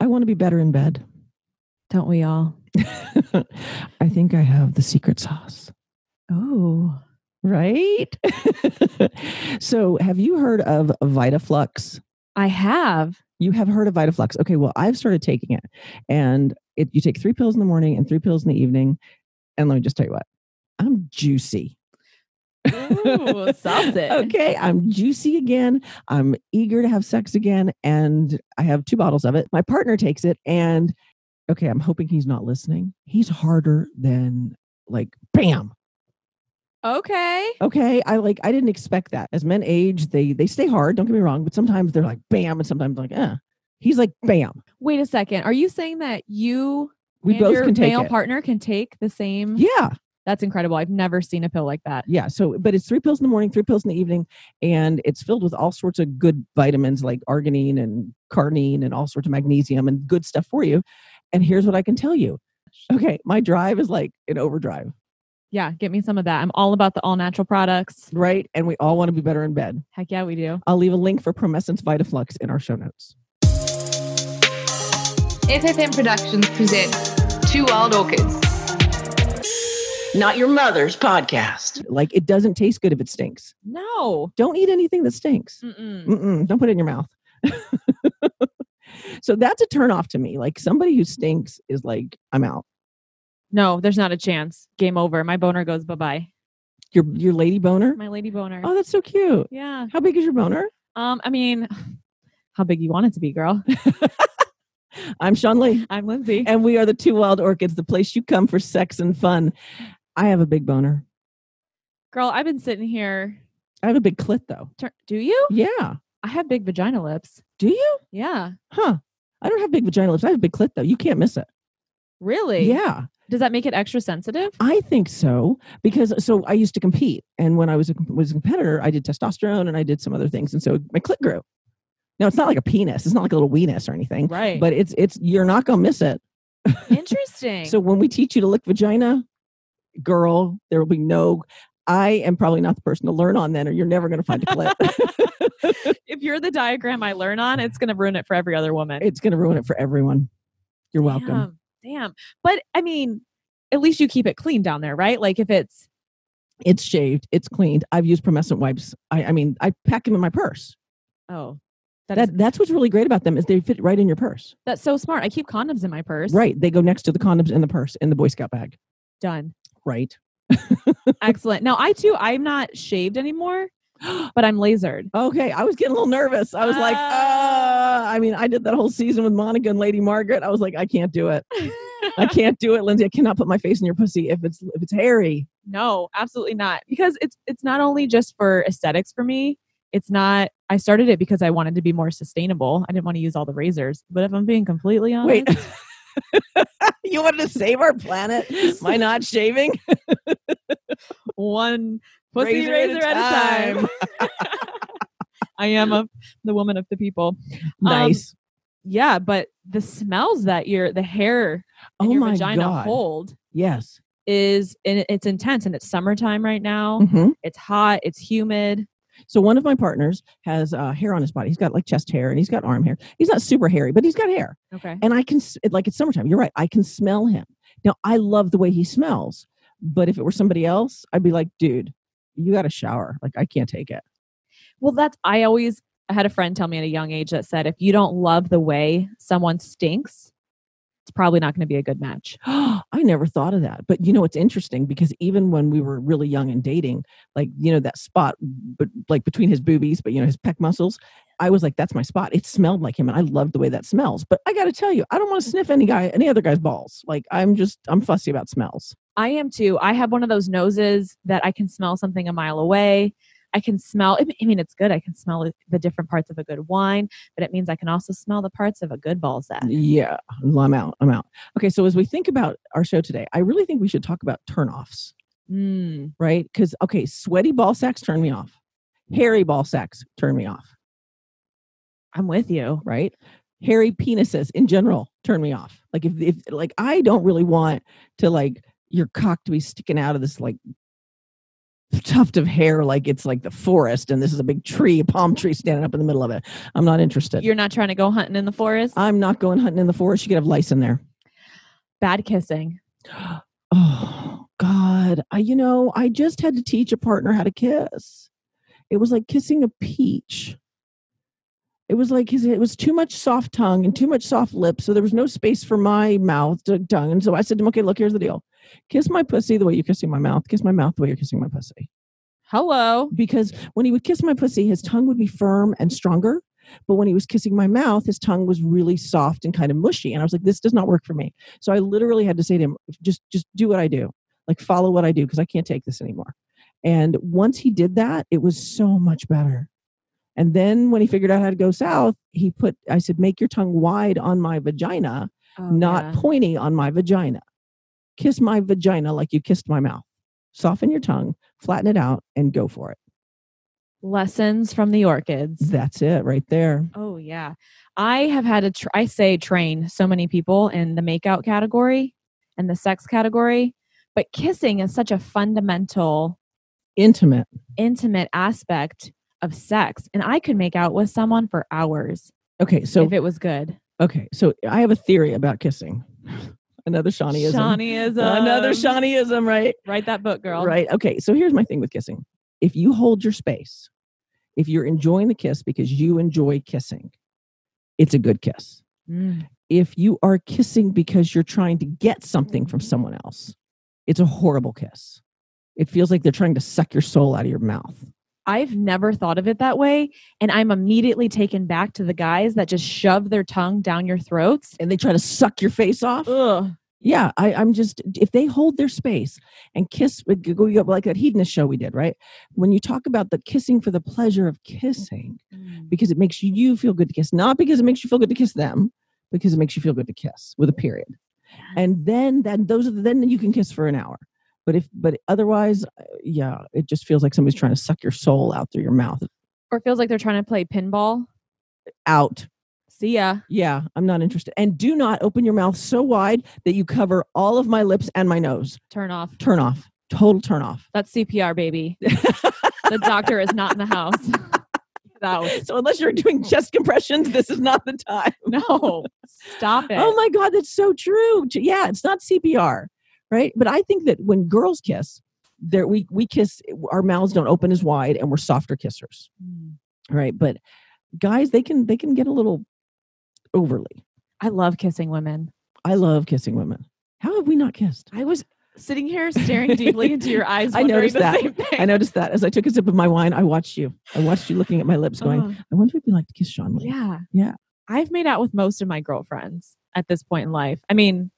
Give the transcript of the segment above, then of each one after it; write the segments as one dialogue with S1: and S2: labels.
S1: I want to be better in bed.
S2: Don't we all?
S1: I think I have the secret sauce.
S2: Oh,
S1: Right? so, have you heard of VitaFlux?
S2: I have.
S1: You have heard of VitaFlux. Okay, well, I've started taking it. And it, you take three pills in the morning and three pills in the evening. And let me just tell you what, I'm juicy.
S2: Ooh, sauce it.
S1: Okay, I'm juicy again. I'm eager to have sex again. And I have two bottles of it. My partner takes it. And okay, I'm hoping he's not listening. He's harder than like, bam.
S2: Okay.
S1: Okay. I like I didn't expect that. As men age, they they stay hard, don't get me wrong, but sometimes they're like bam and sometimes like eh. He's like bam.
S2: Wait a second. Are you saying that you
S1: We
S2: and
S1: both
S2: your
S1: can take
S2: male
S1: it.
S2: partner can take the same?
S1: yeah.
S2: That's incredible. I've never seen a pill like that.
S1: Yeah. So but it's three pills in the morning, three pills in the evening, and it's filled with all sorts of good vitamins like arginine and carnine and all sorts of magnesium and good stuff for you. And here's what I can tell you. Okay, my drive is like an overdrive,
S2: Yeah, get me some of that. I'm all about the all natural products.
S1: right? And we all want to be better in bed.
S2: Heck yeah, we do.
S1: I'll leave a link for Promescence Vitaflux in our show notes.
S3: FFM Productions presents Two Wild Orchids.
S4: Not Your Mother's Podcast.
S1: Like it doesn't taste good if it stinks.
S2: No.
S1: Don't eat anything that stinks.
S2: Mm-mm.
S1: Mm-mm, don't put it in your mouth. so that's a turnoff to me. Like somebody who stinks is like, I'm out.
S2: No, there's not a chance. Game over. My boner goes bye bye.
S1: Your your lady boner.
S2: My lady boner.
S1: Oh, that's so cute.
S2: Yeah.
S1: How big is your boner?
S2: Um, I mean, how big you want it to be, girl?
S1: I'm Sean Lee,
S2: I'm Lindsay.
S1: and we are the Two Wild Orchids, the place you come for sex and fun. I have a big boner.
S2: Girl, I've been sitting here.
S1: I have a big clit though.
S2: Tur- Do you?
S1: Yeah.
S2: I have big vagina lips.
S1: Do you?
S2: Yeah.
S1: Huh. I don't have big vagina lips. I have a big clit though. You can't miss it.
S2: Really?
S1: Yeah.
S2: Does that make it extra sensitive?
S1: I think so because so I used to compete, and when I was a, was a competitor, I did testosterone and I did some other things, and so my clit grew. Now it's not like a penis; it's not like a little weenus or anything,
S2: Right.
S1: but it's it's you're not gonna miss it.
S2: Interesting.
S1: So when we teach you to lick vagina, girl, there will be no. I am probably not the person to learn on then, or you're never gonna find a clit.
S2: if you're the diagram I learn on, it's going to ruin it for every other woman.
S1: it's gonna ruin it for everyone. You're welcome.
S2: Damn. Damn. But I mean, at least you keep it clean down there, right? Like if it's
S1: It's shaved. It's cleaned. I've used promescent wipes. I, I mean, I pack them in my purse.
S2: oh, that's
S1: That, that's what's really great about them is they fit right in your purse.
S2: that's so smart. I keep condoms in my purse.
S1: Right. They go next to the condoms in the purse in the Boy Scout bag.
S2: Done.
S1: Right.
S2: Excellent. Now I too, I'm not shaved anymore, but I'm lasered.
S1: Okay. I was getting a little nervous. I was like, uh,
S2: Ah.
S1: I mean, I did that whole season with Monica and Lady Margaret. I was like, I can't do it. I can't do it, Lindsay. I cannot put my face in your pussy if it's if it's hairy.
S2: no, absolutely not. Because it's it's not only just for aesthetics for me. It's not. I started it because I wanted to be more sustainable. I didn't want to use all the razors. But if I'm being completely honest,
S1: Wait. you wanted to save our planet Um, by not shaving?
S2: one pussy razor, at, a time. I am a, the woman of the people.
S1: nice.
S2: Yeah, but the smells that your the hair and
S1: oh
S2: your
S1: my
S2: vagina
S1: god.
S2: hold
S1: Yes.
S2: is and it- it's intense and it's summertime right now.
S1: Mhm.
S2: It's hot, it's humid.
S1: So one of my partners has uh, hair on his body. He's got like chest hair and he's got arm hair. He's not super hairy, but he's got hair.
S2: Okay.
S1: and I can s- it- like it's summertime. You're right. I can smell him. Now I love the way he smells, but if it were somebody else, I'd be like, dude, you got to shower. Like I can't take it.
S2: Well, that's I always I had a friend tell me at a young age that said if you don't love the way someone stinks, it's probably not going to be a good match.
S1: I never thought of that. But you know, it's interesting because even when we were really young and dating, like you know that spot, but like between his boobies, but you know his pec muscles. I was like, that's my spot. It smelled like him, and I love the way that smells. But I got to tell you, I don't want to sniff any guy, any other guy's balls. Like I'm just, I'm fussy about smells.
S2: I am too. I have one of those noses that I can smell something a mile away. I can smell, I mean- I mean, it's good. I can smell the different parts of a good wine, but it means I can also smell the parts of a good ball sack.
S1: Yeah, well, I'm out. I'm out. Okay, so as we think about our show today, I really think we should talk about turnoffs,
S2: Mm.
S1: right? Because okay, sweaty ball sacks turn me off. Hairy ball sacks turn me off,
S2: I'm with you.
S1: right? Hairy penises in general turn me off. Like if if like I don't really want to like your cock to be sticking out of this like tuft of hair like it's like the forest and this is a big tree, a palm tree standing up in the middle of it. I'm not interested.
S2: You're not trying to go hunting in the forest.
S1: I'm not going hunting in the forest. You could have lice in there.
S2: Bad kissing.
S1: Oh God. I you know, I just had to teach a partner how to kiss. It was like kissing a peach. It was like his, it was too much soft tongue and too much soft lips, so there was no space for my mouth to tongue. And so I said to him, "Okay, look, here's the deal: kiss my pussy the way you're kissing my mouth. Kiss my mouth the way you're kissing my pussy."
S2: Hello.
S1: Because when he would kiss my pussy, his tongue would be firm and stronger, but when he was kissing my mouth, his tongue was really soft and kind of mushy. And I was like, "This does not work for me." So I literally had to say to him, "Just, just do what I do. Like follow what I do, because I can't take this anymore." And once he did that, it was so much better. And then when he figured out how to go south, he put, I said, make your tongue wide on my vagina,
S2: Oh,
S1: not
S2: yeah.
S1: pointy on my vagina. Kiss my vagina like you kissed my mouth. Soften your tongue, flatten it out, and go for it.
S2: lessons from the orchids.
S1: That's it right there.
S2: Oh yeah, I have had to. Tr- I say train so many people in the makeout category and the sex category, but kissing is such a fundamental,
S1: Intimate.
S2: intimate aspect of sex, and I could make out with someone for hours
S1: Okay, so
S2: if it was good.
S1: okay, so I have a theory about kissing. Another Shawneeism.
S2: Shawneeism.
S1: Another Shawneeism, right?
S2: Write that book, girl.
S1: Right. Okay. So here's my thing with kissing. If you hold your space, if you're enjoying the kiss because you enjoy kissing, it's a good kiss.
S2: Mm.
S1: If you are kissing because you're trying to get something from someone else, it's a horrible kiss. It feels like they're trying to suck your soul out of your mouth.
S2: I've never thought of it that way, and I'm immediately taken back to the guys that just shove their tongue down your throats.
S1: And they try to suck your face off.
S2: Ugh.
S1: Yeah, I, I'm just if they hold their space and kiss with go- go- like that hedonist show we did, right? When you talk about the kissing for the pleasure of kissing, because it makes you feel good to kiss, not because it makes you feel good to kiss them, because it makes you feel good to kiss with a period. And then that those are the, then you can kiss for an hour. But if but otherwise, uh, yeah, it just feels like somebody's trying to suck your soul out through your mouth.
S2: Or it feels like they're trying to play pinball.
S1: Out.
S2: See ya.
S1: Yeah, I'm not interested. And do not open your mouth so wide that you cover all of my lips and my nose.
S2: Turn off.
S1: Turn off. Total turn off.
S2: That's CPR, baby. the doctor is not in the house. Out.
S1: So unless you're doing chest compressions, this is not the time.
S2: No, stop it.
S1: Oh my God, that's so true. J- Yeah, it's not CPR, right? But I think that when girls kiss, there we we kiss our mouths don't open as wide and we're softer kissers,
S2: Mm.
S1: right? But guys, they can they can get a little overly.
S2: I love kissing women.
S1: I love kissing women. How have we not kissed?
S2: I was sitting here staring deeply into your eyes.
S1: I
S2: wondering
S1: noticed
S2: the
S1: that.
S2: Same thing.
S1: I noticed that as I took a sip of my wine, I watched you. I watched you looking at my lips, going,
S2: Ugh,
S1: "I wonder if it'd be like to kiss Sean Lee."
S2: Oh. yeah,
S1: Yeah.
S2: I've made out with most of my girlfriends at this point in life. I mean,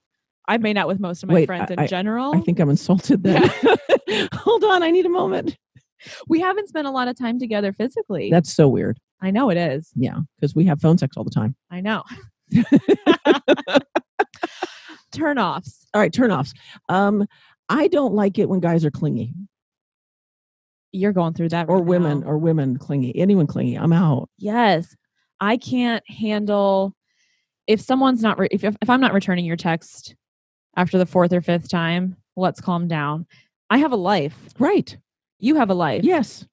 S2: I've made out with most of my
S1: Wait,
S2: friends in
S1: I- I-
S2: general.
S1: I think I'm insulted then. Hold on, I need a moment.
S2: we haven't spent a lot of time together physically.
S1: That's so weird.
S2: I know it is.
S1: Yeah, because we have phone sex all the time.
S2: I know. Turn offs.
S1: All right, turnoffs. Um, I don't like it when guys are clingy
S2: You're going through that.
S1: or
S2: right now.
S1: women or women clingy. Anyone clingy, I'm out.
S2: Yes. I can't handle if someone's not re- if if I'm not returning your text after the fourth or fifth time, let's calm down. I have a life.
S1: Right.
S2: You have a life.
S1: Yes.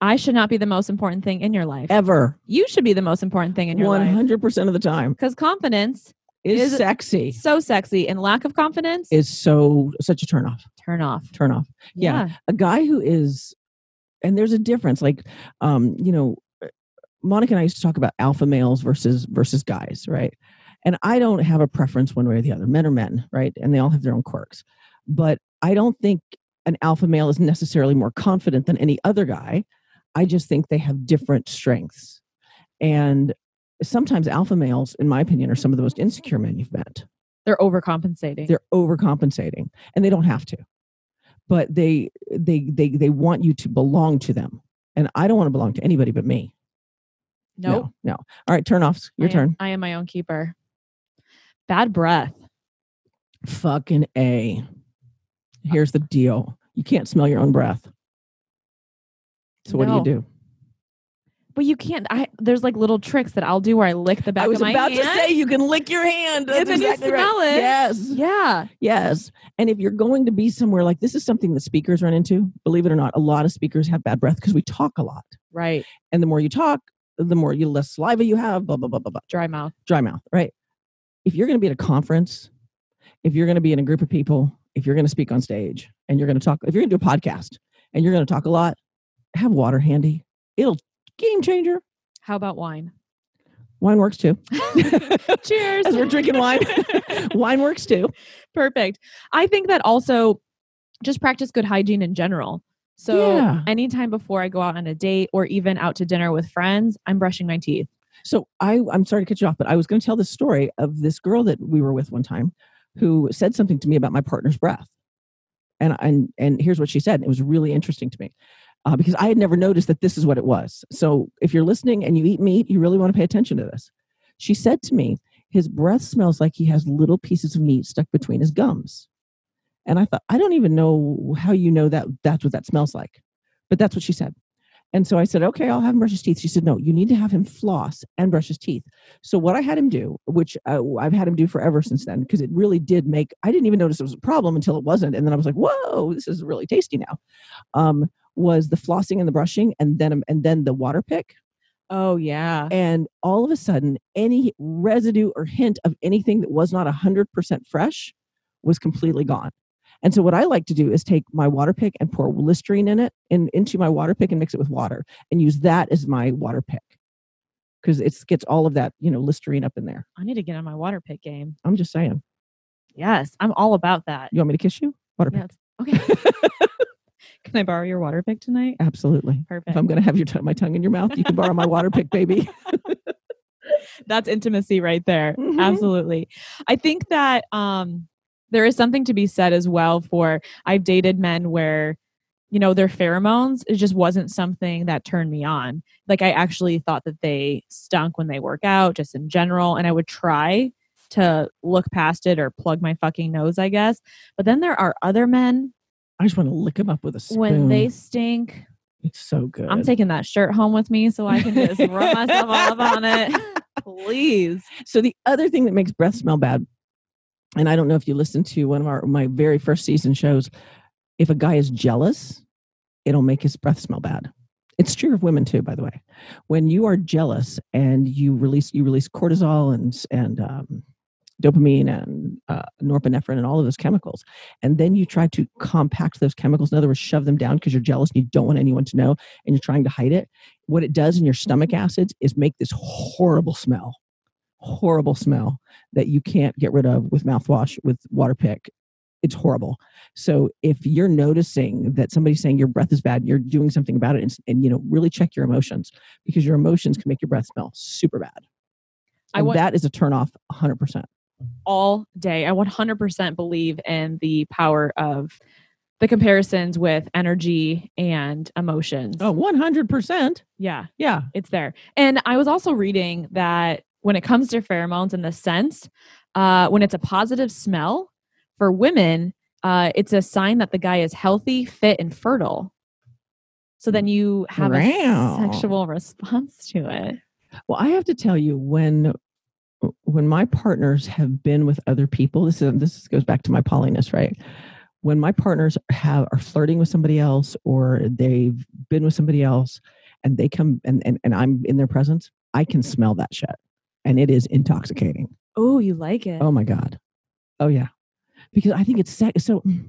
S2: I should not be the most important thing in your life.
S1: Ever.
S2: You should be the most important thing in your life.
S1: 100% of the time
S2: Cuz confidence
S1: is,
S2: Is-
S1: sexy.
S2: is so sexy and lack of confidence
S1: Is so such a turnoff.
S2: turn off.
S1: Turnoff. Yeah. A guy who is, and there's a difference. Like, um, you know, Monica and I used to talk about alpha males versus versus guys, right? And I don't have a preference one way or the other. Men are men, right? And they all have their own quirks. But I don't think an alpha male is necessarily more confident than any other guy. I just think they have different strengths. And sometimes alpha males, in my opinion, are some of the most insecure men you've met
S2: They're overcompensating.
S1: they're overcompensating and they don't have to but they they they they want you to belong to them and i don't want to belong to anybody but me
S2: nope.
S1: no, no. all right turn offs your
S2: I am-
S1: turn
S2: I am my own keeper. Bad breath.
S1: fucking a here's the deal you can't smell your own breath so what
S2: No.
S1: do you do
S2: But you can't. I there's like little tricks that I'll do where I lick the back
S1: I was
S2: of my
S1: about
S2: hand.
S1: to say you can lick your hand. That's
S2: And then you
S1: exactly right.
S2: smell it.
S1: Yes.
S2: yeah.
S1: Yes. And if you're going to be somewhere like this is something that speakers run into, believe it or not, a lot of speakers have bad breath because we talk a lot.
S2: Right.
S1: And the more you talk, the more you less saliva you have, blah, blah, blah, blah, blah.
S2: Dry mouth.
S1: Dry mouth, right? If you're going to be at a conference, if you're going to be in a group of people, if you're going to speak on stage and you're going to talk, if you're going to do a podcast and you're going to talk a lot, have water handy. It'll game changer.
S2: How about wine?
S1: Wine works too.
S2: Cheers.
S1: As we're drinking wine, wine works too.
S2: Perfect. I think that also just practice good hygiene in general. So
S1: Yeah.
S2: anytime before I go out on a date or even out to dinner with friends, I'm brushing my teeth.
S1: So I, I'm sorry to cut you off, but I was going to tell the story of this girl that we were with one time, who said something to me about my partner's breath, and and and here's what she said. It was really interesting to me, uh, because I had never noticed that this is what it was. So if you're listening and you eat meat, you really want to pay attention to this. She said to me, "His breath smells like he has little pieces of meat stuck between his gums," and I thought, I don't even know how you know that that's what that smells like, but that's what she said. And so I said, okay, I'll have him brush his teeth. She said, no, you need to have him floss and brush his teeth. So what I had him do, which uh, I've had him do forever since then, because it really did make, I didn't even notice it was a problem until it wasn't. And then I was like, whoa, this is really tasty now. Um, was the flossing and the brushing and then, and then the water pick.
S2: Oh yeah.
S1: And all of a sudden, any residue or hint of anything that was not 100% fresh was completely gone. And so, what I like to do is take my water pick and pour Listerine in it and into my water pick and mix it with water and use that as my water pick because it gets all of that, you know, Listerine up in there.
S2: I need to get on my water pick game.
S1: I'm just saying.
S2: Yes, I'm all about that.
S1: You want me to kiss you? Water pick.
S2: Yes. Okay. Can I borrow your water pick tonight?
S1: Absolutely. If
S2: Perfect.
S1: I'm going to have your t- my tongue in your mouth, you can borrow my water pick, baby.
S2: That's intimacy right there.
S1: Mhm.
S2: Absolutely. I think that um there is something to be said as well for I've dated men where you know their pheromones it just wasn't something that turned me on. Like I actually thought that they stunk when they work out just in general and I would try to look past it or plug my fucking nose, I guess. But then there are other men
S1: I just want to lick him up with a spoon.
S2: when they stink
S1: it's so good.
S2: I'm taking that shirt home with me so I can just rub myself all up on it. Please.
S1: So the other thing that makes breath smell bad, and I don't know if you listened to one of our my very first season shows, if a guy is jealous, it'll make his breath smell bad. It's true of women too, by the way. When you are jealous and you release you release cortisol and s- and um, dopamine and uh, norepinephrine and all of those chemicals, and then you try to compact those chemicals. In other words, shove them down because you're jealous and you don't want anyone to know, and you're trying to hide it. What it does in your stomach acids is make this horrible smell horrible smell that you can't get rid of with mouthwash with water pick it's horrible so if you're noticing that somebody's saying your breath is bad you're doing something about it and, s- and you know really check your emotions because your emotions can make your breath smell super bad
S2: I
S1: and
S2: want
S1: that is a turnoff 100%
S2: all day. I 100% believe in the power of the comparisons with energy and emotions.
S1: oh 100%
S2: yeah,
S1: yeah
S2: it's there. And I was also reading that when it comes to pheromones and the scent, uh, when it's a positive smell for women, uh, it's a sign that the guy is healthy, fit, and fertile. So then you have
S1: Wow.
S2: a sexual response to it.
S1: Well, I have to tell you when when my partners have been with other people, this is this goes back to my polyness, right? When my partners have are flirting with somebody else or they've been with somebody else and they come and and, and I'm in their presence, I can smell that shit. And it is intoxicating.
S2: Oh, you like it.
S1: Oh my god. Oh yeah. Because I think it's sec- so mm,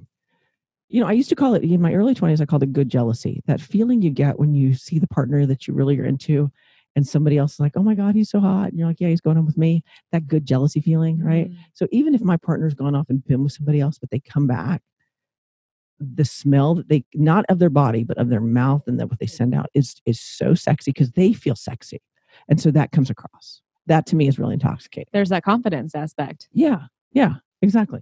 S1: you know, I used to call it in my early 20s I called it good jealousy. That feeling you get when you see the partner that you really are into and somebody else is like, "Oh my god, he's so hot." And you're like, "Yeah, he's going on with me." That good jealousy feeling, right?
S2: Mm-hmm.
S1: So even if my partner's gone off and been with somebody else but they come back, the smell that they not of their body but of their mouth and that what they send out is is so sexy because they feel sexy. And so that comes across. That to me is really intoxicating.
S2: There's that confidence aspect.
S1: Yeah. Yeah. Exactly.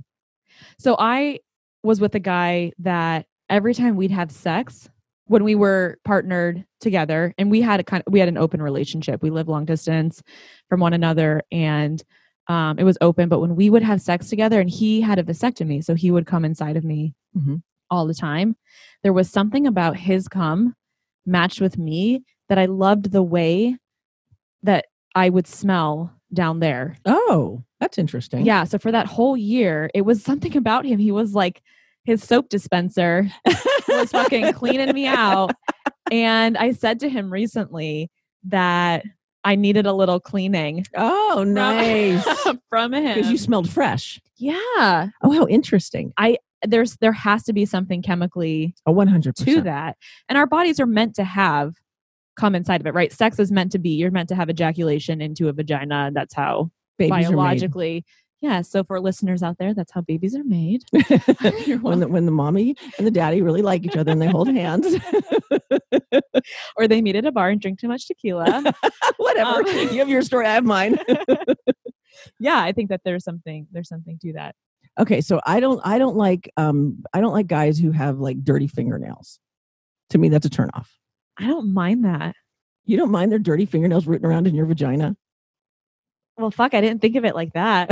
S2: So I was with a guy that every time we'd have sex when we were partnered together and we had a kind we had an open relationship. We lived long distance from one another and um, it was open, but when we would have sex together and he had a vasectomy, so he would come inside of me
S1: Mhm.
S2: all the time. There was something about his cum matched with me that I loved the way that I would smell down there.
S1: Oh, that's interesting.
S2: Yeah. So for that whole year, it was something about him. He was like his soap dispenser was fucking cleaning me out. And I said to him recently that I needed a little cleaning
S1: Oh, nice.
S2: from, from him.
S1: Because Oh, you smelled fresh.
S2: yeah.
S1: Oh, how interesting.
S2: There's there has to be something chemically
S1: A 100%.
S2: to that. And our bodies are meant to have come inside of it, right? Sex is meant to be, you're meant to have ejaculation into a vagina. That's how
S1: Babies are made.
S2: biologically. Yeah. So for listeners out there, that's how babies are made. You're
S1: when, the, when the mommy and the daddy really like each other and they hold hands.
S2: or they meet at a bar and drink too much tequila.
S1: Whatever.
S2: Um,
S1: you have your story, I have mine.
S2: yeah, I think that there's something there's something to that.
S1: okay, so I don't I don't like um I don't like guys who have like dirty fingernails. To me that's a turnoff.
S2: I don't mind that.
S1: You don't mind their dirty fingernails rooting around in your vagina?
S2: Well, fuck, I didn't think of it like that.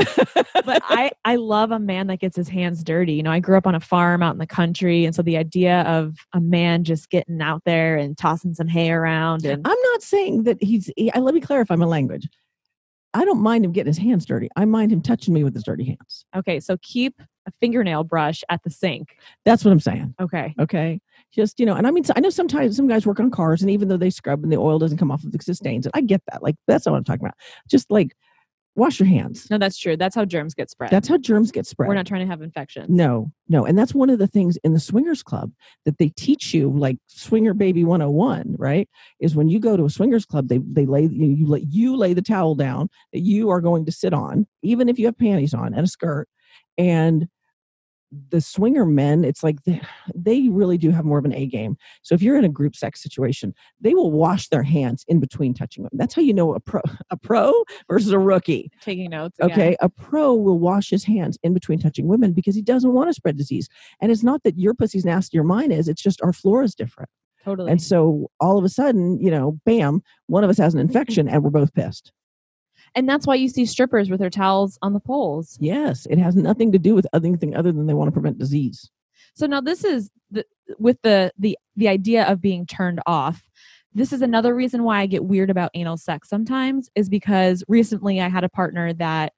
S2: but I I love a man that gets his hands dirty. You know, I grew up on a farm out in the country, and so the idea of a man just getting out there and tossing some hay around and
S1: I'm not saying that he's he- I let me clarify my language. I don't mind him getting his hands dirty. I mind him touching me with his dirty hands.
S2: Uh, okay, so keep a fingernail brush at the sink.
S1: That's what I'm saying.
S2: Okay.
S1: Okay. Just, you know, and I mean, so- I know sometimes some guys work on cars, and even though they scrub and the oil doesn't come off of the sustains, and I get that. Like, that's not what I'm talking about. Just like wash your hands.
S2: No, that's true. That's how germs get spread.
S1: That's how germs get spread.
S2: We're not trying to have infections.
S1: no, no. And that's one of the things in the swingers club that they teach you, like swinger baby 101, right? Is when you go to a swingers club, they, they lay, you, you, lay, you lay the towel down that you are going to sit on, even if you have panties on and a skirt. And the swinger men, it's like they, they really do have more of an A game. So if you're in a group sex situation, they will wash their hands in between touching them. That's how you know a pro, a pro versus a rookie.
S2: Taking notes. again.
S1: Okay, a pro will wash his hands in between touching women because he doesn't want to spread disease. And it's not that your pussy's nastier, mine is. It's just our flora is different.
S2: Totally.
S1: And so all of a sudden, you know, bam, one of us has an infection and we're both pissed.
S2: And that's why you see strippers with their towels on the poles.
S1: Yes, it has nothing to do with other- anything other than they want to prevent disease.
S2: So now this is the, with the the the idea of being turned off. This is another reason why I get weird about anal sex sometimes is because recently I had a partner that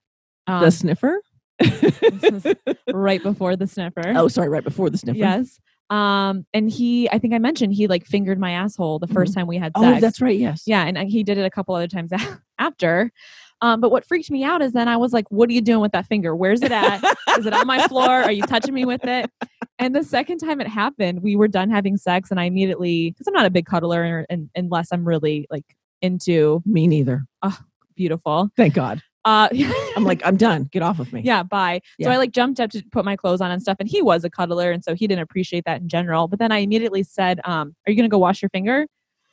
S2: um,
S1: the sniffer?
S2: this is right before the sniffer.
S1: Oh, sorry, right before the sniffer.
S2: yes. Um, and he, I think I mentioned he like fingered my asshole the 1st time we had
S1: Oh,
S2: sex.
S1: that's right. Yes.
S2: Yeah, and uh, he did it a couple other times after. Um, but what freaked me out is then I was like, "What are you doing with that finger? Where's it at? is it on my floor? Are you touching me with it?" And the second time it happened, we were done having sex, and I immediately because I'm not a big cuddler, and unless I'm really like into
S1: Me neither.
S2: beautiful,
S1: Thank God.
S2: uh,
S1: I'm like, I'm done. Get off of me.
S2: yeah, bye.
S1: Yeah.
S2: So I like jumped up to put my clothes on and stuff, and he was a cuddler, and so he didn't appreciate that in general. But then I immediately said, um, "Are you gonna go wash your finger?"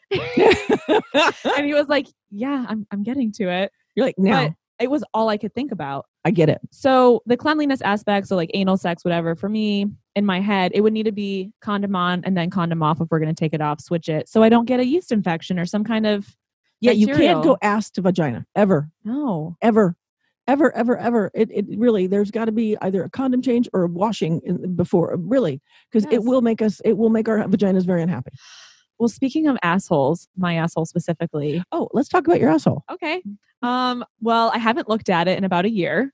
S2: and he was like, "Yeah, I'm I'm getting to it."
S1: You're like, now
S2: But it was all I could think about.
S1: I get it.
S2: So the cleanliness aspect, so like anal sex, whatever, for me in my head, it would need to be condom on and then condom off if we're going to take it off, switch it, so I don't get a yeast infection or some kind of
S1: Yeah, you can't
S2: Bacterial.
S1: go ass to vagina ever.
S2: no.
S1: ever ever ever ever it, it really there's got to be either a condom change or a washing in, before really because
S2: Yes.
S1: it will make us it will make our vaginas very unhappy
S2: Well, speaking of assholes, my asshole specifically.
S1: oh let's talk about your asshole
S2: Okay. Um. Well, I haven't looked at it in about a year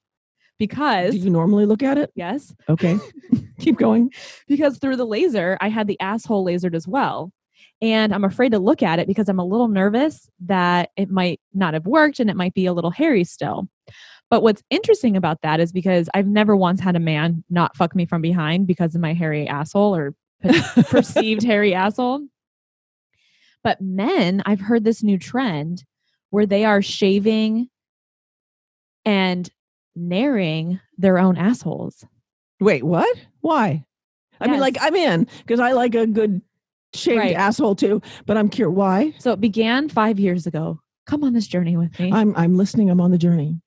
S2: because
S1: do you normally look at it
S2: yes,
S1: okay keep going
S2: because through the laser, I had the asshole lasered as well. And I'm afraid to look at it because I'm a little nervous that it might not have worked and it might be a little hairy still. But what's interesting about that is because I've never once had a man not fuck me from behind because of my hairy asshole or perceived hairy asshole. But men, I've heard this new trend where they are shaving and naring their own assholes.
S1: wait what why i mean
S2: Yes.
S1: like i'm in because i like a good shaved
S2: Right.
S1: asshole too but i'm curious why
S2: So it began five years ago. Come on this journey with me.
S1: i'm i'm listening i'm on the journey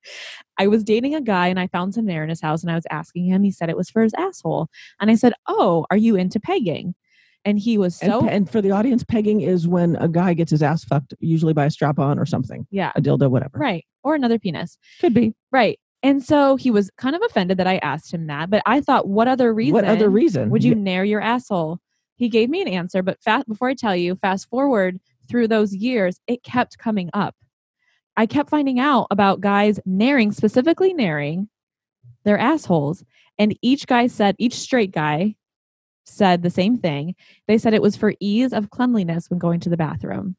S2: I was dating a guy and I found some there in his house and I was asking him. He said it was for his asshole. And I said, Oh, are you into pegging? And he was
S1: and,
S2: so,
S1: pe- and for the audience pegging is when a guy gets his ass fucked usually by a strap on or something
S2: yeah,
S1: a dildo whatever
S2: right. Or another penis.
S1: could be
S2: Right. And so he was kind of offended that I asked him that. But I thought, What other reason?
S1: what other reason
S2: Would you nair your asshole? He gave me an answer, but fast before I tell you, fast forward through those years, it kept coming up. I kept finding out about guys naring, specifically naring their assholes. And each guy said, each straight guy said the same thing. They said it was for ease of cleanliness when going to the bathroom.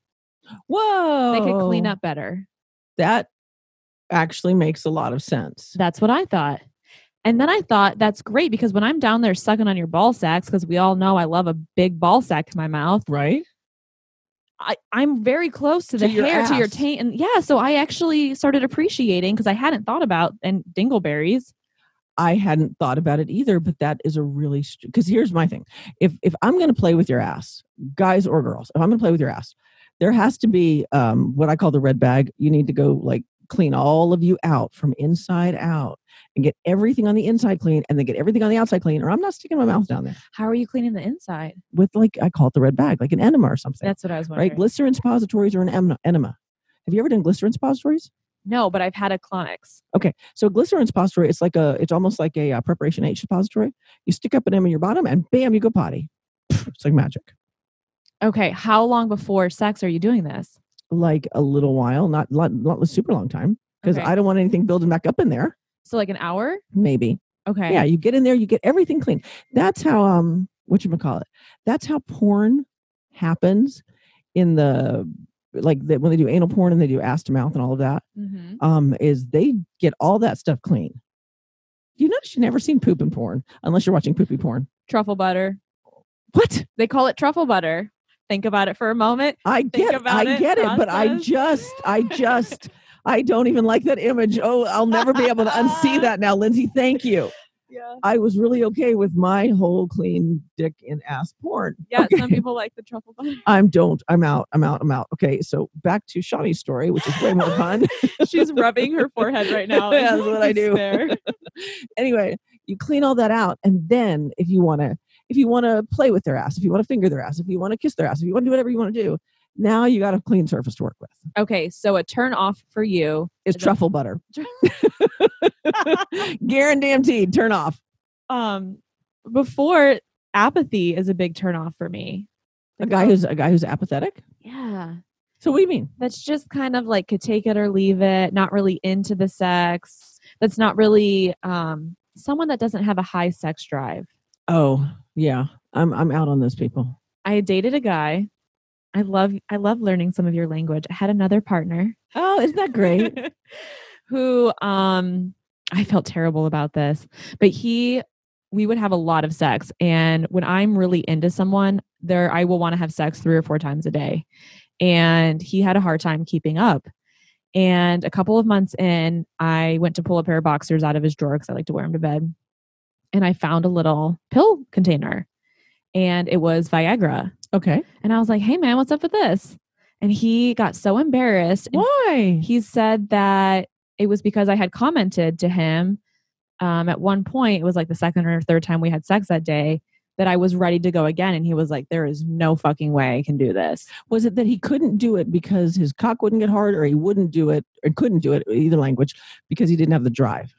S1: Whoa.
S2: They could clean
S1: Oh.
S2: up better.
S1: That actually makes a lot of sense.
S2: That's what I thought. And then I thought, that's great because when I'm down there sucking on your ball sacks, because we all know I love a big ball sack to my mouth,
S1: Right?
S2: I, I'm very close to
S1: To
S2: the
S1: your
S2: hair, to your
S1: ass.
S2: taint. And yeah, so I actually started appreciating because I hadn't thought about and dingleberries.
S1: I hadn't thought about it either, but that is a really because here's my thing: if if I'm going to play with your ass, guys or girls, if I'm going to play with your ass, there has to be um, what I call the red bag. You need to go like clean all of you out from inside out and get everything on the inside clean, and then get everything on the outside clean, or I'm not sticking my mouth down there
S2: How are you cleaning the inside?
S1: with like I call it the red bag, like an enema or something,
S2: That's what I was wondering.
S1: right? Glycerin suppositories or an em- enema. Have you ever done glycerin suppositories?
S2: No, but I've had a clonics.
S1: Okay, so glycerin suppository, it's like a, it's almost like a uh, preparation H suppository. You stick up an M in your bottom, and bam, you go potty. Pff, It's like magic.
S2: Okay, how long before sex are you doing this?
S1: Like a little while, not not, not a super long time, because
S2: Okay.
S1: I don't want anything building back up in there.
S2: So like an hour?
S1: Maybe,
S2: Okay.
S1: yeah. You get in there, you get everything clean. That's how um, what you call it? That's how porn happens in the like the, when they do anal porn and they do ass to mouth and all of that.
S2: Mm-hmm.
S1: um, is they get all that stuff clean. You notice you've never seen poop in porn unless you're watching poopy porn.
S2: Truffle butter.
S1: What?
S2: They call it truffle butter. Think about it for a moment.
S1: I get
S2: about
S1: I
S2: it,
S1: get it, but I
S2: process.
S1: just I just I don't even like that image. Oh, I'll never be able to unsee that now, Lindsay. Thank you.
S2: Yeah.
S1: I was really okay with my whole clean dick and ass porn.
S2: Yeah,
S1: Okay.
S2: some people like the truffle butter.
S1: I'm don't. I'm out. I'm out. I'm out. Okay, so back to Shawnee's story, which is way more fun.
S2: She's rubbing her forehead right now.
S1: Yeah, that's what I do.
S2: There.
S1: anyway, you clean all that out, and then if you want to, if you want to play with their ass, if you want to finger their ass, if you want to kiss their ass, if you want to do whatever you want to do, now you got a clean surface to work with.
S2: Okay, so a turn off for you.
S1: Is
S2: Is it-
S1: truffle butter? Guaranteed, turn off.
S2: Um, before apathy is a big turn off for me.
S1: A guy who's a guy who's apathetic.
S2: yeah,
S1: So what do you mean?
S2: that's just kind of like could take it or leave it. Not really into the sex. That's not really um someone that doesn't have a high sex drive.
S1: Oh yeah, I'm I'm out on those people.
S2: I dated a guy. I love I love learning some of your language. I had another partner.
S1: Oh, isn't that great?
S2: who um I felt terrible about this, but he we would have a lot of sex and when I'm really into someone, there I will want to have sex 3 or 4 times a day. And he had a hard time keeping up. And a couple of months in, I went to pull a pair of boxers out of his drawer cuz I like to wear them to bed. And I found a little pill container and it was Viagra.
S1: okay.
S2: And I was like, "Hey man, what's up with this?" And he got so embarrassed and
S1: Why?
S2: he said that it was because I had commented to him um, at one point. It was like the second or third time we had sex that day that I was ready to go again, and he was like, "There is no fucking way I can do this."
S1: Was it that he couldn't do it because his cock wouldn't get hard, or he wouldn't do it, or couldn't do it either language because he didn't have the drive?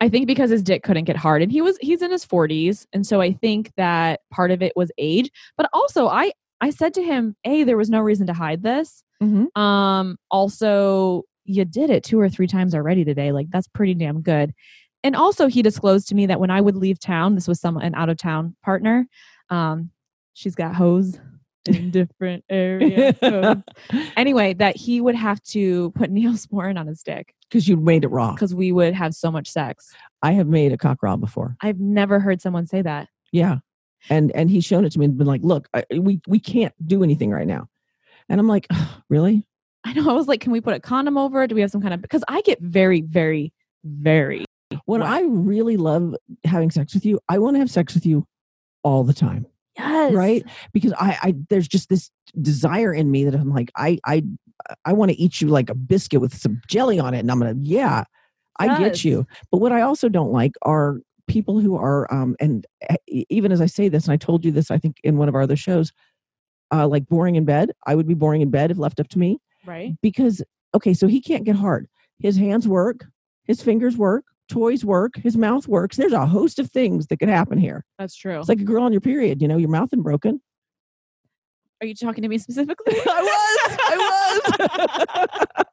S2: I think because his dick couldn't get hard, and he was he's in his forties, and so I think that part of it was age, but also I I said to him, "A, there was no reason to hide this.
S1: Mm-hmm.
S2: Um, also, you did it two or three times already today. Like that's pretty damn good. And also, he disclosed to me that when I would leave town, this was some an out of town partner. Um, she's got hoes in different areas. So anyway, that he would have to put neosporin on his dick
S1: Because you made it raw.
S2: because we would have so much sex.
S1: I have made a cock raw before.
S2: I've never heard someone say that.
S1: Yeah. And and he's shown it to me and been like, look, I, we we can't do anything right now. And I'm like, "Ugh, really?
S2: I know. I was like, can we put a condom over? it? Do we have some kind of? Because I get very, very, very.
S1: When
S2: Wow.
S1: I really love having sex with you, I want to have sex with you all the time,
S2: Yes.
S1: right? Because I, I there's just this desire in me that I'm like, I I I want to eat you like a biscuit with some jelly on it, and I'm gonna, yeah, I
S2: Yes.
S1: get you. But what I also don't like are people who are, um, and uh, e- even as I say this, and I told you this, I think in one of our other shows, uh, like boring in bed. I would be boring in bed if left up to me.
S2: Right.
S1: because okay, so he can't get hard. His hands work, his fingers work, toys work, his mouth works. There's a host of things that could happen here.
S2: That's true.
S1: It's like a girl on your period, you know, your mouth and broken.
S2: Are you talking to me specifically?
S1: I was. I was.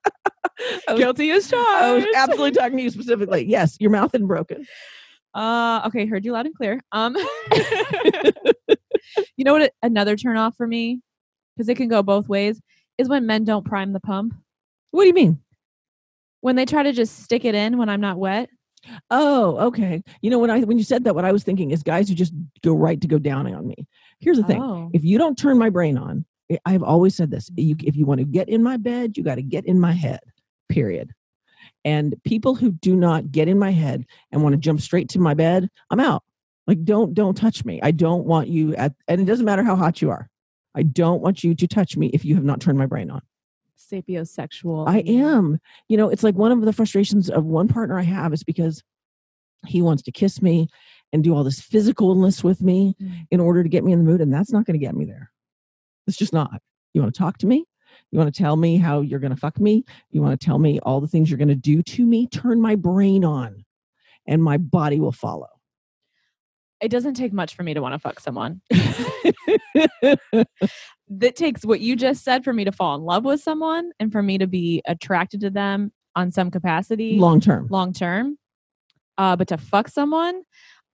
S1: I was-
S2: Guilty
S1: I
S2: as
S1: was
S2: charged.
S1: Oh, absolutely talking to you specifically. Yes, your mouth had broken.
S2: Uh, okay, heard you loud and clear. Um, you know what? a- Another turn off for me because it can go both ways is when men don't prime the pump.
S1: What do you mean?
S2: When they try to just stick it in when I'm not wet.
S1: Oh, okay. You know when I when you said that, what I was thinking is guys who just go right to go down on me. Here's the thing:
S2: Oh.
S1: if you don't turn my brain on, eh, I- I've always said this. You, if you want to get in my bed, you got to get in my head. Period. And people who do not get in my head and want to jump straight to my bed, I'm out. Like don't don't touch me. I don't want you at and it doesn't matter how hot you are. I don't want you to touch me if you have not turned my brain on.
S2: Sapiosexual.
S1: I am. You know, it's like one of the frustrations of one partner I have is because he wants to kiss me and do all this physicalness with me
S2: Mm.
S1: in order to get me in the mood, and that's not going to get me there. It's just not. You want to talk to me? You want to tell me how you're going to fuck me? You want to tell me all the things you're going to do to me? Turn my brain on, and my body will follow.
S2: It doesn't take much for me to want to fuck someone. That takes what you just said for me to fall in love with someone and for me to be attracted to them on some capacity.
S1: Long term.
S2: long term. Uh, but to fuck someone,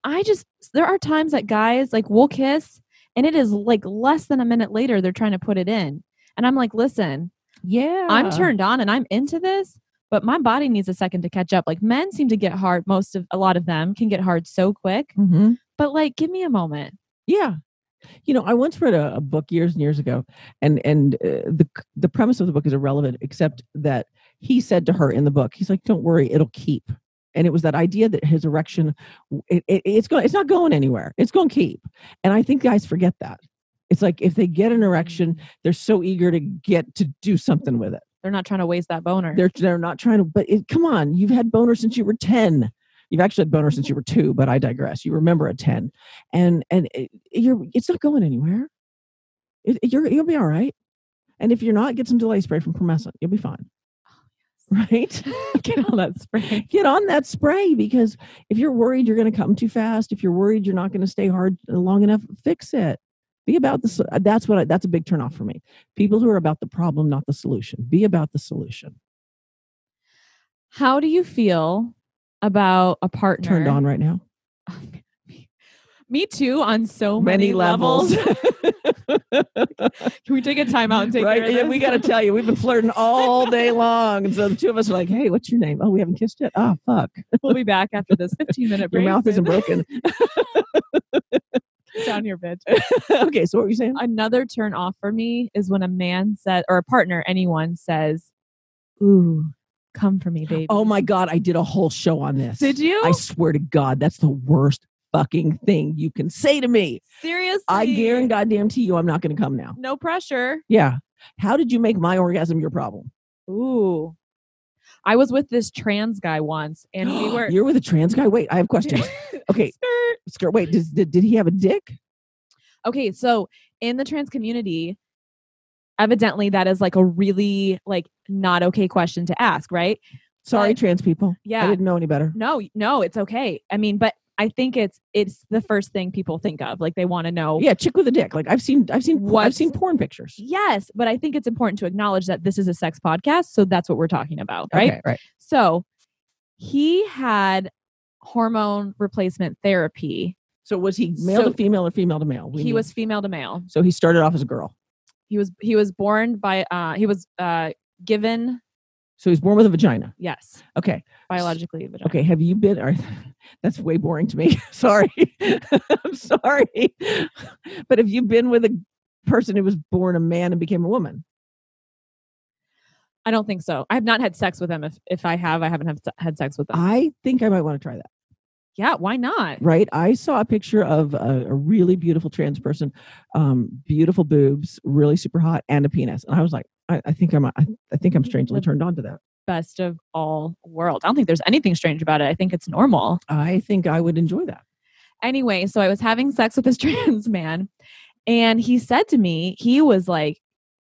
S2: I just there are times that guys like will kiss, and it is like less than a minute later they're trying to put it in, and I'm like, listen,
S1: Yeah.
S2: I'm turned on and I'm into this, but my body needs a second to catch up. Like men seem to get hard, most of a lot of them can get hard so quick,
S1: Mm-hmm.
S2: but like give me a moment.
S1: Yeah. You know, I once read a, a book years and years ago, and and uh, the c- the premise of the book is irrelevant, except that he said to her in the book, he's like, "Don't worry, it'll keep." And it was that idea that his erection, w- it, it, it's going, it's not going anywhere. It's going to keep. And I think guys forget that. It's like if they get an erection, they're so eager to get to do something with it.
S2: They're not trying to waste that boner.
S1: They're they're not trying to. But it, come on, you've had boner since you were ten. You've actually had boner since you were two, but I digress. You remember at ten, and and it, you're it's not going anywhere. It, it- you're you'll be all right. And if you're not, get some delay spray from Promescent. You'll be fine. Right?
S2: Get all that spray.
S1: Get on that spray because if you're worried you're going to come too fast, if you're worried you're not going to stay hard uh, long enough, fix it. Be about the. so- That's what. I, that's a big turnoff for me. People who are about the problem, not the solution. Be about the solution.
S2: How do you feel about a partner
S1: Turned on right now.
S2: Me too on so many, levels. Can we take a time out and take
S1: right?
S2: care of
S1: Yeah, we
S2: this?
S1: got to tell you, we've been flirting all day long. And so the two of us are like, hey, what's your name? Oh, we haven't kissed yet. Oh, fuck.
S2: We'll be back after this 15 minute
S1: Your
S2: break.
S1: mouth isn't broken.
S2: down here, bitch.
S1: okay, so what were you saying?
S2: Another turn off for me is when a man said, or a partner, anyone says, "Ooh, come for me, baby."
S1: Oh my God, I did a whole show on this.
S2: did you?
S1: I swear to God, that's the worst fucking thing you can say to me.
S2: Seriously,
S1: I guarantee goddamn to you, I'm not going to come now.
S2: No pressure.
S1: Yeah. How did you make my orgasm your problem?
S2: Ooh, I was with this trans guy once, and we were.
S1: You're with a trans guy? Wait, I have questions. Okay,
S2: Skirt.
S1: skirt. Wait, does, did, did he have a dick?
S2: okay so in the trans community evidently that is like a really like not okay question to ask right
S1: Sorry,
S2: But-
S1: trans people. I
S2: yeah
S1: didn't know any better.
S2: no no it's okay i mean but i think it's it's the first thing people think of like they want to know
S1: Yeah, chick with a dick. Like I've seen, I've seen, por- I've
S2: What's-
S1: seen porn pictures.
S2: yes but i think it's important to acknowledge that this is a sex podcast so that's what we're talking about right
S1: Okay, right.
S2: so he had hormone replacement therapy
S1: So was he male
S2: So-
S1: to female or female to male? We
S2: he
S1: need-
S2: was female to male
S1: So he started off as a girl.
S2: he was he was born by uh he was uh given
S1: So he's born with a vagina.
S2: yes
S1: Okay.
S2: biologically vagina.
S1: Okay. Have you been? Or, that's way boring to me. sorry. I'm sorry. But have you been with a person who was born a man and became a woman?
S2: I don't think so. I have not had sex with them. If if I have, I haven't have se- had sex with them.
S1: I think I might want to try that.
S2: yeah, why not?
S1: right? I saw a picture of a, a really beautiful trans person, um, beautiful boobs, really super hot, and a penis, and I was like, I, I think I'm, I, I think I'm strangely turned on to that.
S2: Best of all world. I don't think there's anything strange about it. I think it's normal.
S1: I think I would enjoy that.
S2: Anyway, so I was having sex with this trans man, and he said to me, he was like,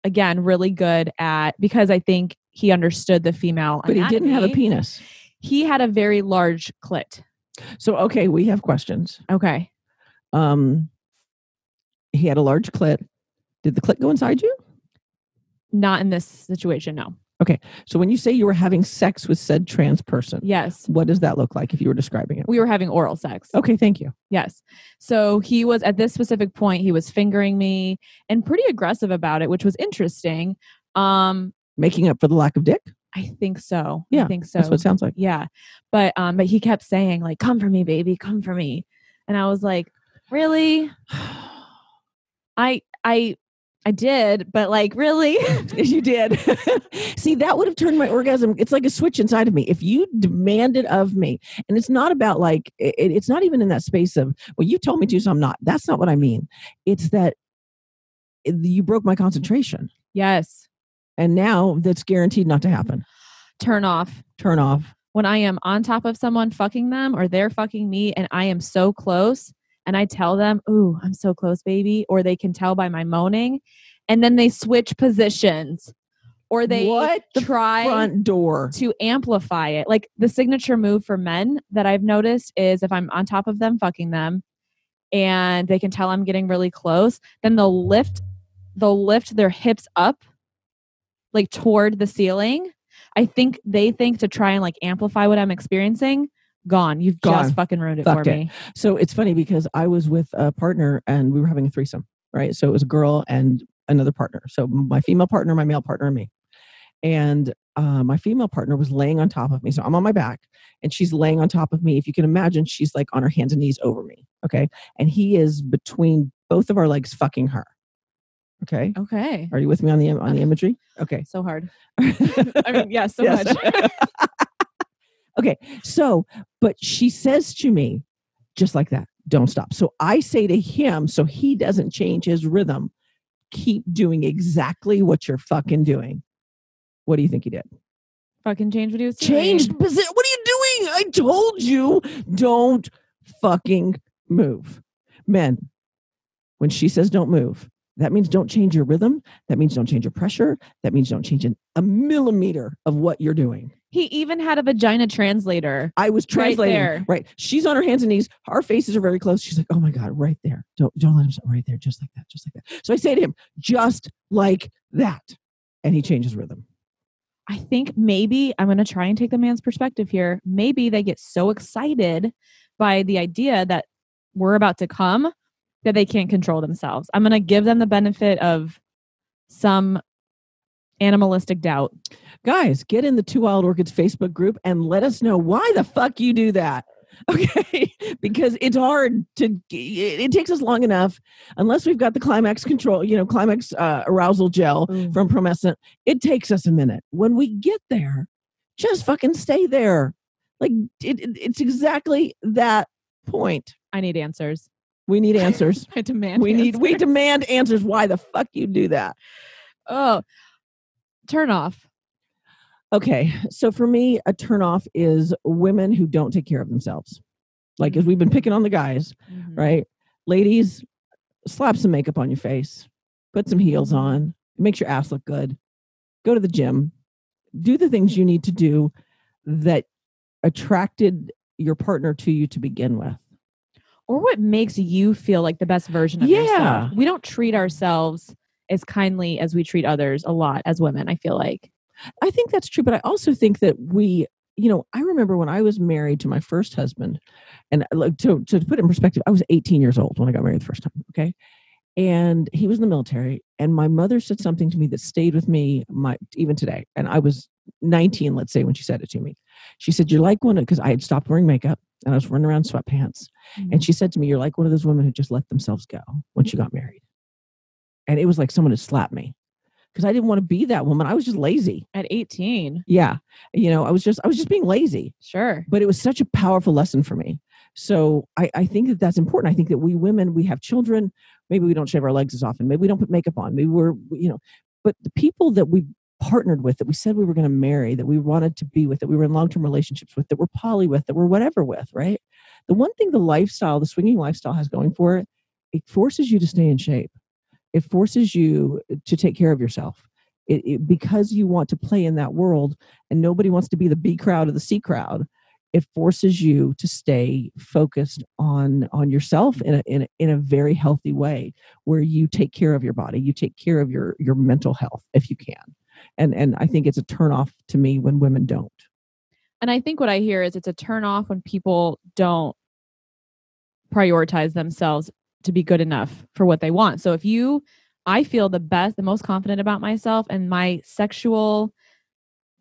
S2: again, really good at because I think he understood the female.
S1: But he didn't have a
S2: anatomy.
S1: penis.
S2: He had a very large clit.
S1: So okay, we have questions.
S2: Okay.
S1: Um, he had a large clit. Did the clit go inside you?
S2: Not in this situation, no.
S1: So when you say you were having sex with said trans person,
S2: Yes.
S1: what does that look like if you were describing it?
S2: We were having oral sex.
S1: Okay, thank you.
S2: Yes. So he was at this specific point, he was fingering me and pretty aggressive about it, which was interesting. Um,
S1: Making up for the lack of dick.
S2: I think so.
S1: Yeah,
S2: I think so.
S1: That's what it sounds like.
S2: yeah. But um, but he kept saying, like, come for me, baby, come for me. And I was like, Really? I I I did, but like really?
S1: you did. See, that would have turned my orgasm. It's like a switch inside of me. If you demanded of me, and it's not about like, it, it's not even in that space of, well, you told me to, so I'm not. That's not what I mean. It's that it- you broke my concentration.
S2: yes.
S1: And now that's guaranteed not to happen.
S2: Turn off.
S1: Turn off.
S2: When I am on top of someone fucking them or they're fucking me and I am so close and I tell them, ooh, I'm so close, baby, or they can tell by my moaning, and then they switch positions. Or they
S1: What the
S2: try
S1: Front door.
S2: to amplify it. Like the signature move for men that I've noticed is if I'm on top of them, fucking them, and they can tell I'm getting really close, then they'll lift, they'll lift their hips up, like toward the ceiling. I think they think to try and like amplify what I'm experiencing. Gone. You've
S1: Gone.
S2: just fucking ruined it
S1: Fucked
S2: for
S1: it.
S2: me.
S1: So it's funny because I was with a partner and we were having a threesome, right? So it was a girl and another partner. So my female partner, my male partner, and me. And uh, my female partner was laying on top of me. So I'm on my back and she's laying on top of me. If you can imagine, she's like on her hands and knees over me. Okay. And he is between both of our legs fucking her. Okay.
S2: Okay.
S1: Are you with me on the im- on the imagery? Okay.
S2: So hard. I mean, yeah, so
S1: Yes.
S2: much.
S1: Okay. So, but she says to me, just like that, don't stop. So I say to him, so he doesn't change his rhythm, keep doing exactly what you're fucking doing. What do you think he did?
S2: fucking change what he was doing.
S1: Changed position. What are you doing? I told you, don't fucking move. Men, when she says don't move, that means don't change your rhythm. That means don't change your pressure. That means don't change an, a millimeter of what you're doing.
S2: He even had a vagina translator.
S1: I was
S2: Right
S1: translating. Right,
S2: there.
S1: She's on her hands and knees. Our faces are very close. She's like, oh my God, right there. Don't don't let him sit right there, just like that, just like that. So I say to him, just like that. And he changes rhythm.
S2: I think maybe I'm going to try and take the man's perspective here. Maybe they get so excited by the idea that we're about to come that they can't control themselves. I'm going to give them the benefit of some animalistic doubt.
S1: Guys, get in the Two Wild Orchids Facebook group and let us know why the fuck you do that. Okay, because it's hard to. It, it takes us long enough, unless we've got the climax control, you know, climax uh, arousal gel from Promescent. It takes us a minute. When we get there, just fucking stay there. Like it, it- it's exactly that point.
S2: I need answers.
S1: We need answers.
S2: I demand.
S1: we need. We
S2: answers.
S1: demand answers. Why the fuck you do that?
S2: oh, turn off.
S1: Okay, so for me, a turnoff is women who don't take care of themselves. Like as we've been picking on the guys,
S2: Mm-hmm.
S1: right? Ladies, slap some makeup on your face, put some heels on, it makes your ass look good. Go to the gym, do the things you need to do that attracted your partner to you to begin with.
S2: Or what makes you feel like the best version of
S1: Yeah.
S2: yourself? We don't treat ourselves as kindly as we treat others a lot as women. I feel like.
S1: I think that's true, but I also think that we, you know, I remember when I was married to my first husband, and like to to put it in perspective, I was 18 years old when I got married the first time. Okay, and he was in the military, and my mother said something to me that stayed with me, my even today, and I was 19, let's say, when she said it to me. She said, "You're like one of," because I had stopped wearing makeup and I was running around sweatpants,
S2: Mm-hmm.
S1: and she said to me, "You're like one of those women who just let themselves go once you got married," and it was like someone had slapped me. Because I didn't want to be that woman. I was just lazy.
S2: At 18,
S1: Yeah. You know, I was just I was just being lazy,
S2: sure.
S1: but it was such a powerful lesson for me. So I, I think that that's important. I think that we women, we have children. Maybe we don't shave our legs as often. Maybe we don't put makeup on. Maybe we're you know, but the people that we partnered with, that we said we were going to marry, that we wanted to be with, that we were in long term relationships with, that we're poly with, that we're whatever with, right? The one thing the lifestyle, the swinging lifestyle, has going for it, it forces you to stay in shape. It forces you to take care of yourself. It, it, because you want to play in that world, and nobody wants to be the B crowd or the C crowd. it forces you to stay focused on on yourself in a, in a, in a very healthy way where you take care of your body you take care of your your mental health if you can and and i think it's a turn off to me when women don't
S2: and i think what i hear is it's a turn off when people don't prioritize themselves to be good enough for what they want so if you i feel the best the most confident about myself and my sexual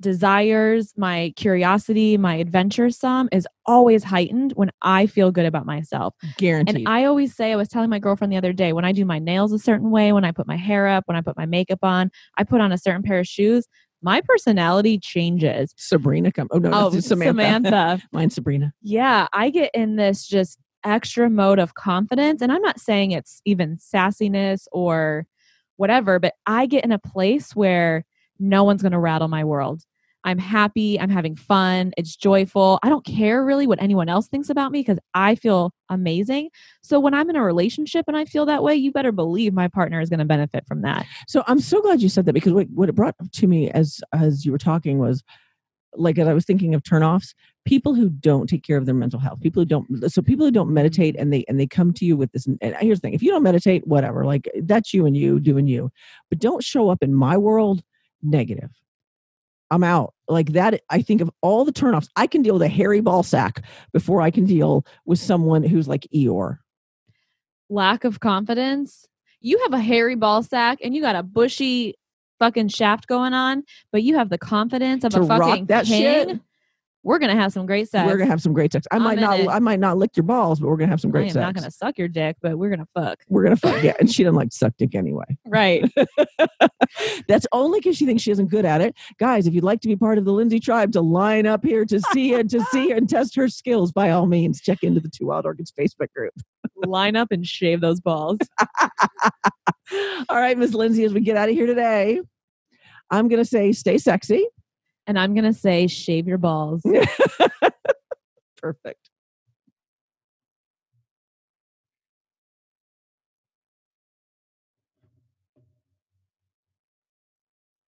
S2: desires, my curiosity, my adventuresome is always heightened when I feel good about myself.
S1: guaranteed
S2: And I always say, I was telling my girlfriend the other day, when I do my nails a certain way, when I put my hair up, when I put my makeup on, I put on a certain pair of shoes, my personality changes.
S1: sabrina come oh no
S2: Oh,
S1: that's samantha,
S2: Samantha.
S1: mine's sabrina
S2: Yeah, I get in this just extra mode of confidence. And I'm not saying it's even sassiness or whatever, but I get in a place where no one's going to rattle my world. I'm happy. I'm having fun. It's joyful. I don't care really what anyone else thinks about me because I feel amazing. So when I'm in a relationship and I feel that way, you better believe my partner is going to benefit from that.
S1: So I'm so glad you said that because what, what it brought to me as as you were talking was like as I was thinking of turnoffs, people who don't take care of their mental health, people who don't so people who don't meditate and they and they come to you with this and here's the thing, if you don't meditate, whatever, like that's you and you doing you. But don't show up in my world negative. I'm out. Like that I think of all the turnoffs, I can deal with a hairy ball sack before I can deal with someone who's like Eeyore.
S2: Lack of confidence. You have a hairy ball sack and you got a bushy fucking shaft going on, but you have the confidence of
S1: To
S2: a
S1: rock
S2: fucking
S1: that
S2: king.
S1: shit.
S2: We're going to have some great sex.
S1: We're gonna have some great sex. I
S2: I'm
S1: might
S2: in
S1: not
S2: it.
S1: I might not lick your balls, but we're gonna have some great
S2: I am
S1: sex.
S2: not going to suck your dick, but we're going to fuck.
S1: we're gonna fuck yeah and she doesn't like to suck dick anyway
S2: Right.
S1: that's only because she thinks she isn't good at it guys if you'd like to be part of the lindsay tribe to line up here to see and to see and test her skills by all means check into the two wild orchids facebook group
S2: Line up and shave those balls.
S1: all right miss lindsay as we get out of here today i'm gonna say stay sexy
S2: And I'm going to say, shave your balls.
S1: perfect